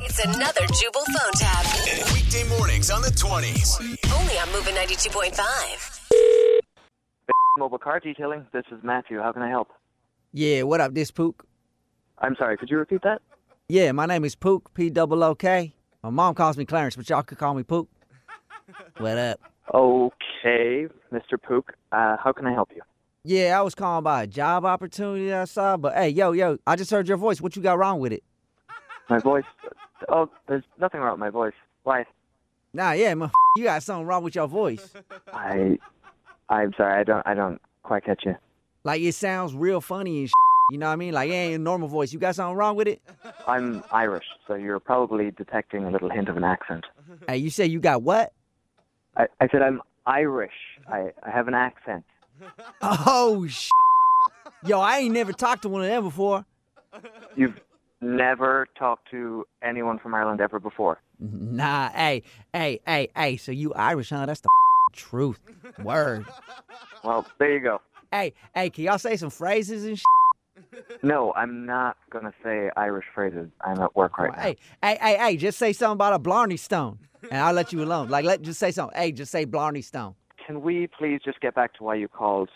It's another Jubal phone tab. Weekday mornings on the 20s. Only on Moving 92.5. Mobile car detailing. This is Matthew. How can I help? Yeah, what up, this Pook? I'm sorry. Could you repeat that? Yeah, my name is Pook, P double O K. My mom calls me Clarence, but y'all could call me Pook. What up? Okay, Mr. Pook. Uh, how can I help you? Yeah, I was calling about a job opportunity I saw, but hey, yo, yo, I just heard your voice. What you got wrong with it? My voice. Oh, there's nothing wrong with my voice. Why? Nah, yeah, man, you got something wrong with your voice. I. I'm sorry. I don't. I don't quite catch you. Like it sounds real funny and You know what I mean? Like it ain't a normal voice. You got something wrong with it? I'm Irish, so you're probably detecting a little hint of an accent. Hey, you say you got what? I, I said I'm Irish. I, I have an accent. Oh sh. Yo, I ain't never talked to one of them before. You've never talked to anyone from Ireland ever before. Nah, hey, hey, hey, hey. So you Irish, huh? That's the truth. Word. Well, there you go. Hey, hey, can y'all say some phrases and shit? No, I'm not gonna say Irish phrases. I'm at work right now. Hey, hey, hey, hey, just say something about a Blarney Stone, and I'll let you alone. Like, let just say something. Hey, just say Blarney Stone. Can we please just get back to why you called?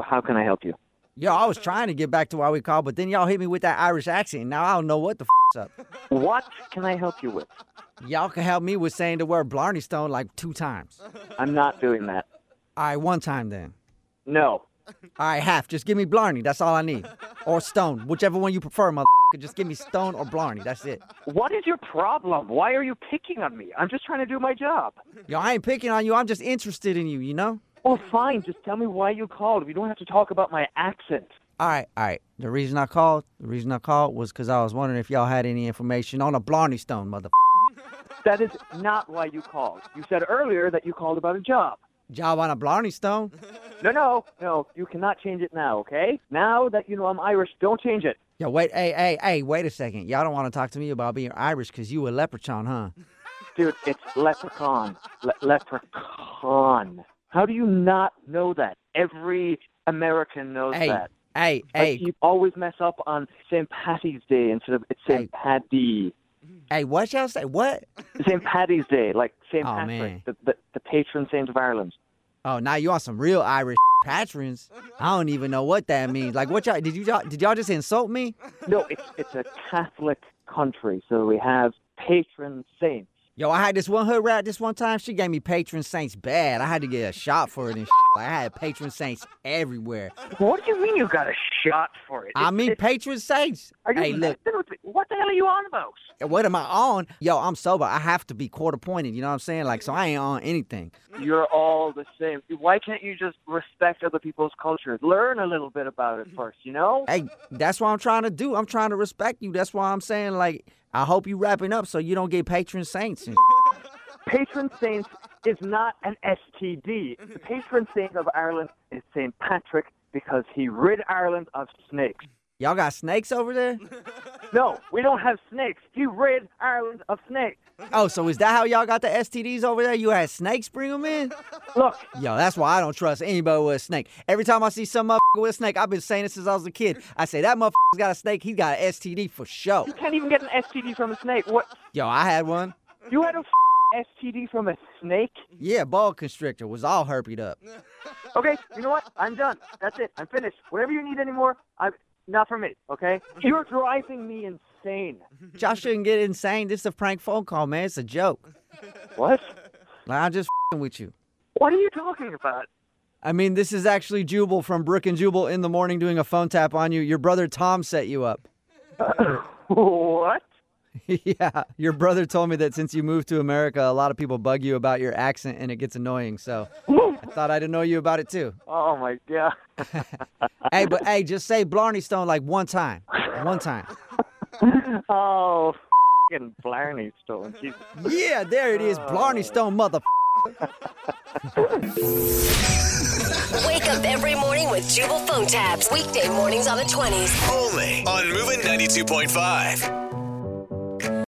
How can I help you? Yo, I was trying to get back to why we called, but then y'all hit me with that Irish accent. and Now I don't know what the f's up. What can I help you with? Y'all can help me with saying the word Blarney Stone like two times. I'm not doing that. All right, one time then. No. All right, half. Just give me Blarney. That's all I need. Or Stone, whichever one you prefer, mother. Just give me Stone or Blarney. That's it. What is your problem? Why are you picking on me? I'm just trying to do my job. Yo, I ain't picking on you. I'm just interested in you. You know. Well, fine. Just tell me why you called. We don't have to talk about my accent. All right, all right. The reason I called, the reason I called was because I was wondering if y'all had any information on a Blarney Stone, mother. That is not why you called. You said earlier that you called about a job. Job on a Blarney Stone? No, no, no. You cannot change it now, okay? Now that you know I'm Irish, don't change it. Yo, wait, hey, hey, hey, wait a second. Y'all don't want to talk to me about being Irish because you a leprechaun, huh? Dude, it's leprechaun. Le- leprechaun. How do you not know that? Every American knows Hey, that. hey, But hey, you always mess up on St. Patty's Day instead of it's St. Paddy. hey, what y'all say? What? St. Patty's Day, like St. Oh, man. Patrick, the, the, the patron saint of Ireland. Oh, now you on some real Irish patrons. I don't even know what that means. Like, what y'all, did you, y'all- did y'all just insult me? No, it's, it's a Catholic country, so we have patron saints. Yo, I had this one hood rat this one time. She gave me patron saints bad. I had to get a shot for it and Like, I had patron saints everywhere. What do you mean you got a shot for it? I mean, patron saints. Are you hey, look, messing with me? What the hell are you on about? what am I on? Yo, I'm sober. I have to be court appointed. You know what I'm saying? Like, so I ain't on anything. You're all the same. Why can't you just respect other people's cultures? Learn a little bit about it first, you know? Hey, that's what I'm trying to do. I'm trying to respect you. That's why I'm saying, like, I hope you wrapping up so you don't get patron saints. And Patron saint is not an STD. The patron saint of Ireland is St. Patrick because he rid Ireland of snakes. y'all got snakes over there? No, we don't have snakes. He rid Ireland of snakes. Oh, so is that how y'all got the STDs over there? You had snakes bring them in? Look, Yo, that's why I don't trust anybody with a snake. Every time I see some motherfucker with a snake, I've been saying it since I was a kid. I say, that motherfucker's got a snake. He's got an STD for sure. you can't even get an STD from a snake. What? Yo, I had one. You had a f- STD from a snake? Yeah, boa constrictor was all herped up. Okay, you know what? I'm done. That's it. I'm finished. Whatever you need anymore, I'm not for me. Okay? You're driving me insane. Y'all shouldn't get insane. This is a prank phone call, man. It's a joke. What? Like, I'm just fing with you. What are you talking about? I mean, this is actually Jubal from Brook and Jubal in the morning doing a phone tap on you. Your brother Tom set you up. What? yeah, your brother told me that since you moved to America, a lot of people bug you about your accent and it gets annoying. So I thought I'd annoy you about it too. Oh my god. hey, but hey, just say Blarney Stone like one time. One time. Oh, fing Blarney Stone. Jesus. Yeah, there it is. Blarney Stone, mother. Wake up every morning with Jubal phone tabs. Weekday mornings on the 20s. Only on Moving 92.5.